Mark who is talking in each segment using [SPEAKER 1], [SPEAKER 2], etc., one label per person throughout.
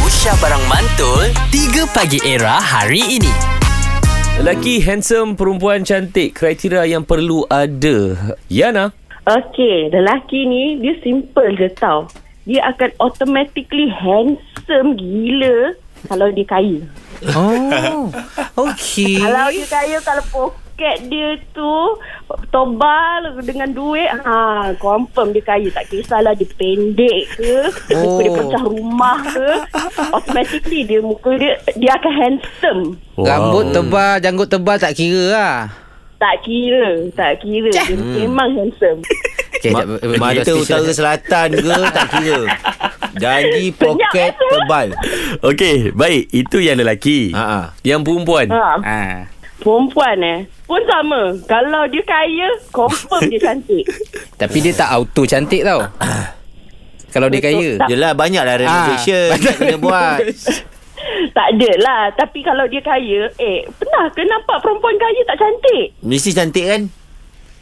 [SPEAKER 1] Usha Barang Mantul 3 Pagi Era hari ini
[SPEAKER 2] Lelaki handsome, perempuan cantik. Kriteria yang perlu ada. Yana.
[SPEAKER 3] Okey, lelaki ni dia simple je tau. Dia akan automatically handsome gila kalau dia kaya.
[SPEAKER 1] Oh Okay
[SPEAKER 3] Kalau dia kaya kalau poket dia tu tobal dengan duit, ha confirm dia kaya. Tak kisahlah dia pendek ke,
[SPEAKER 1] Oh.
[SPEAKER 3] muka dia pecah rumah ke, automatically dia muka dia dia akan handsome.
[SPEAKER 2] Wow.
[SPEAKER 4] Rambut tebal, janggut tebal tak kira lah.
[SPEAKER 3] Tak kira, tak kira. Dia memang handsome.
[SPEAKER 4] Okay,
[SPEAKER 5] Ma- mata utara selatan ke tak kira. Janji poket
[SPEAKER 3] Senyap, eh, tu.
[SPEAKER 5] tebal.
[SPEAKER 2] Okey, baik. Itu yang lelaki.
[SPEAKER 5] Ha ah.
[SPEAKER 2] Yang perempuan.
[SPEAKER 3] Ha,
[SPEAKER 4] Ha.
[SPEAKER 3] perempuan eh pun sama. Kalau dia kaya, confirm dia cantik.
[SPEAKER 4] Tapi dia tak auto cantik tau. Kalau dia kaya.
[SPEAKER 3] Tak.
[SPEAKER 5] Yelah banyaklah renovation
[SPEAKER 4] Ah.
[SPEAKER 5] ha, kena buat.
[SPEAKER 3] Tak ada lah. Tapi kalau dia kaya, eh, pernah ke nampak perempuan kaya tak cantik? Ha,
[SPEAKER 5] Mesti cantik kan?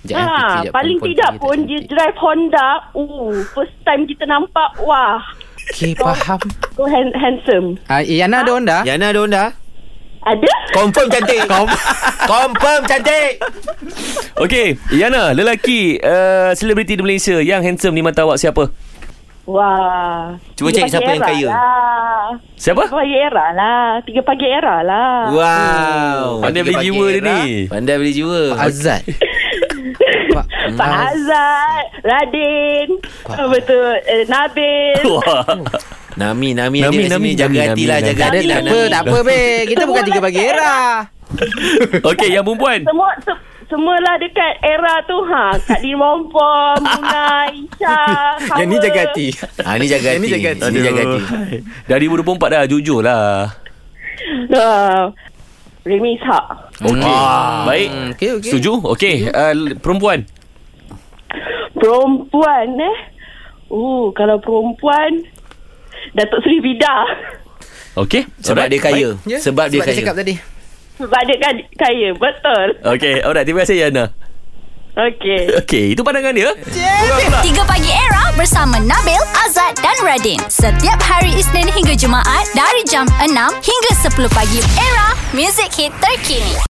[SPEAKER 4] Jangan fikir jap,
[SPEAKER 3] Ah, paling
[SPEAKER 4] perempuan
[SPEAKER 3] tidak
[SPEAKER 4] kaya tak
[SPEAKER 3] pun dia
[SPEAKER 4] cantik.
[SPEAKER 3] drive Honda. Uh, first time kita nampak, wah,
[SPEAKER 4] Okay, faham.
[SPEAKER 3] so hand- handsome.
[SPEAKER 4] Ah, Yana ada onda?
[SPEAKER 2] Ha?
[SPEAKER 5] Yana ada onda?
[SPEAKER 3] Ada?
[SPEAKER 5] Confirm cantik. Confirm cantik.
[SPEAKER 2] Okey, Yana. Lelaki, uh, selebriti di Malaysia yang handsome di mata awak siapa?
[SPEAKER 3] Wah.
[SPEAKER 5] Cuba cek
[SPEAKER 3] Tiga
[SPEAKER 5] siapa
[SPEAKER 3] pagi
[SPEAKER 5] yang
[SPEAKER 3] era
[SPEAKER 5] kaya.
[SPEAKER 3] Lah. Tiga
[SPEAKER 2] Siapa?
[SPEAKER 3] pagi era lah. Tiga pagi era lah.
[SPEAKER 5] Wow.
[SPEAKER 2] Pandai beli
[SPEAKER 5] Pagi-pagi
[SPEAKER 2] jiwa dia
[SPEAKER 5] era.
[SPEAKER 2] ni.
[SPEAKER 5] Pandai beli jiwa.
[SPEAKER 4] Pak Azad. Pak
[SPEAKER 3] Pak Azad, Radin, Ah, betul, eh, Nabil.
[SPEAKER 2] Wah.
[SPEAKER 5] Nami Nami,
[SPEAKER 2] Nami,
[SPEAKER 5] Nami ada
[SPEAKER 2] Nami,
[SPEAKER 5] sini jaga
[SPEAKER 2] Nami,
[SPEAKER 5] hatilah
[SPEAKER 2] Nami,
[SPEAKER 5] jaga
[SPEAKER 4] Tak ada,
[SPEAKER 5] hatilah.
[SPEAKER 4] tak apa,
[SPEAKER 5] Nami.
[SPEAKER 4] tak apa, be. Kita bukan tiga pagi era.
[SPEAKER 2] Okey, yang perempuan.
[SPEAKER 3] Semua se- semualah dekat era tu ha kat Lim Mompom, Muna, Isha, Yang ni jaga hati.
[SPEAKER 5] Ha ni jaga hati. Ni jaga hati.
[SPEAKER 2] Dah 2024 dah, jujur lah.
[SPEAKER 3] Uh, Remy Ishak.
[SPEAKER 2] Okey.
[SPEAKER 5] Ah.
[SPEAKER 2] Baik.
[SPEAKER 4] Hmm, okey, okey.
[SPEAKER 2] Setuju? Okey, uh, perempuan.
[SPEAKER 3] Perempuan eh. Uh, kalau perempuan Datuk Seri Vida.
[SPEAKER 2] Okey.
[SPEAKER 5] Sebab dia
[SPEAKER 2] alright,
[SPEAKER 5] kaya.
[SPEAKER 2] baik.
[SPEAKER 4] Ya,
[SPEAKER 5] Sebab dia kaya.
[SPEAKER 4] cakap tadi.
[SPEAKER 3] Sebab dia kan kaya, betul.
[SPEAKER 2] Okey, alright. Terima kasih, Yana.
[SPEAKER 3] Okey.
[SPEAKER 2] Okey, itu pandangan dia.
[SPEAKER 6] 3 Pagi Era bersama Nabil, Azad dan Radin. Setiap hari Isnin hingga Jumaat dari jam 6 hingga 10 pagi. Era, music hit terkini.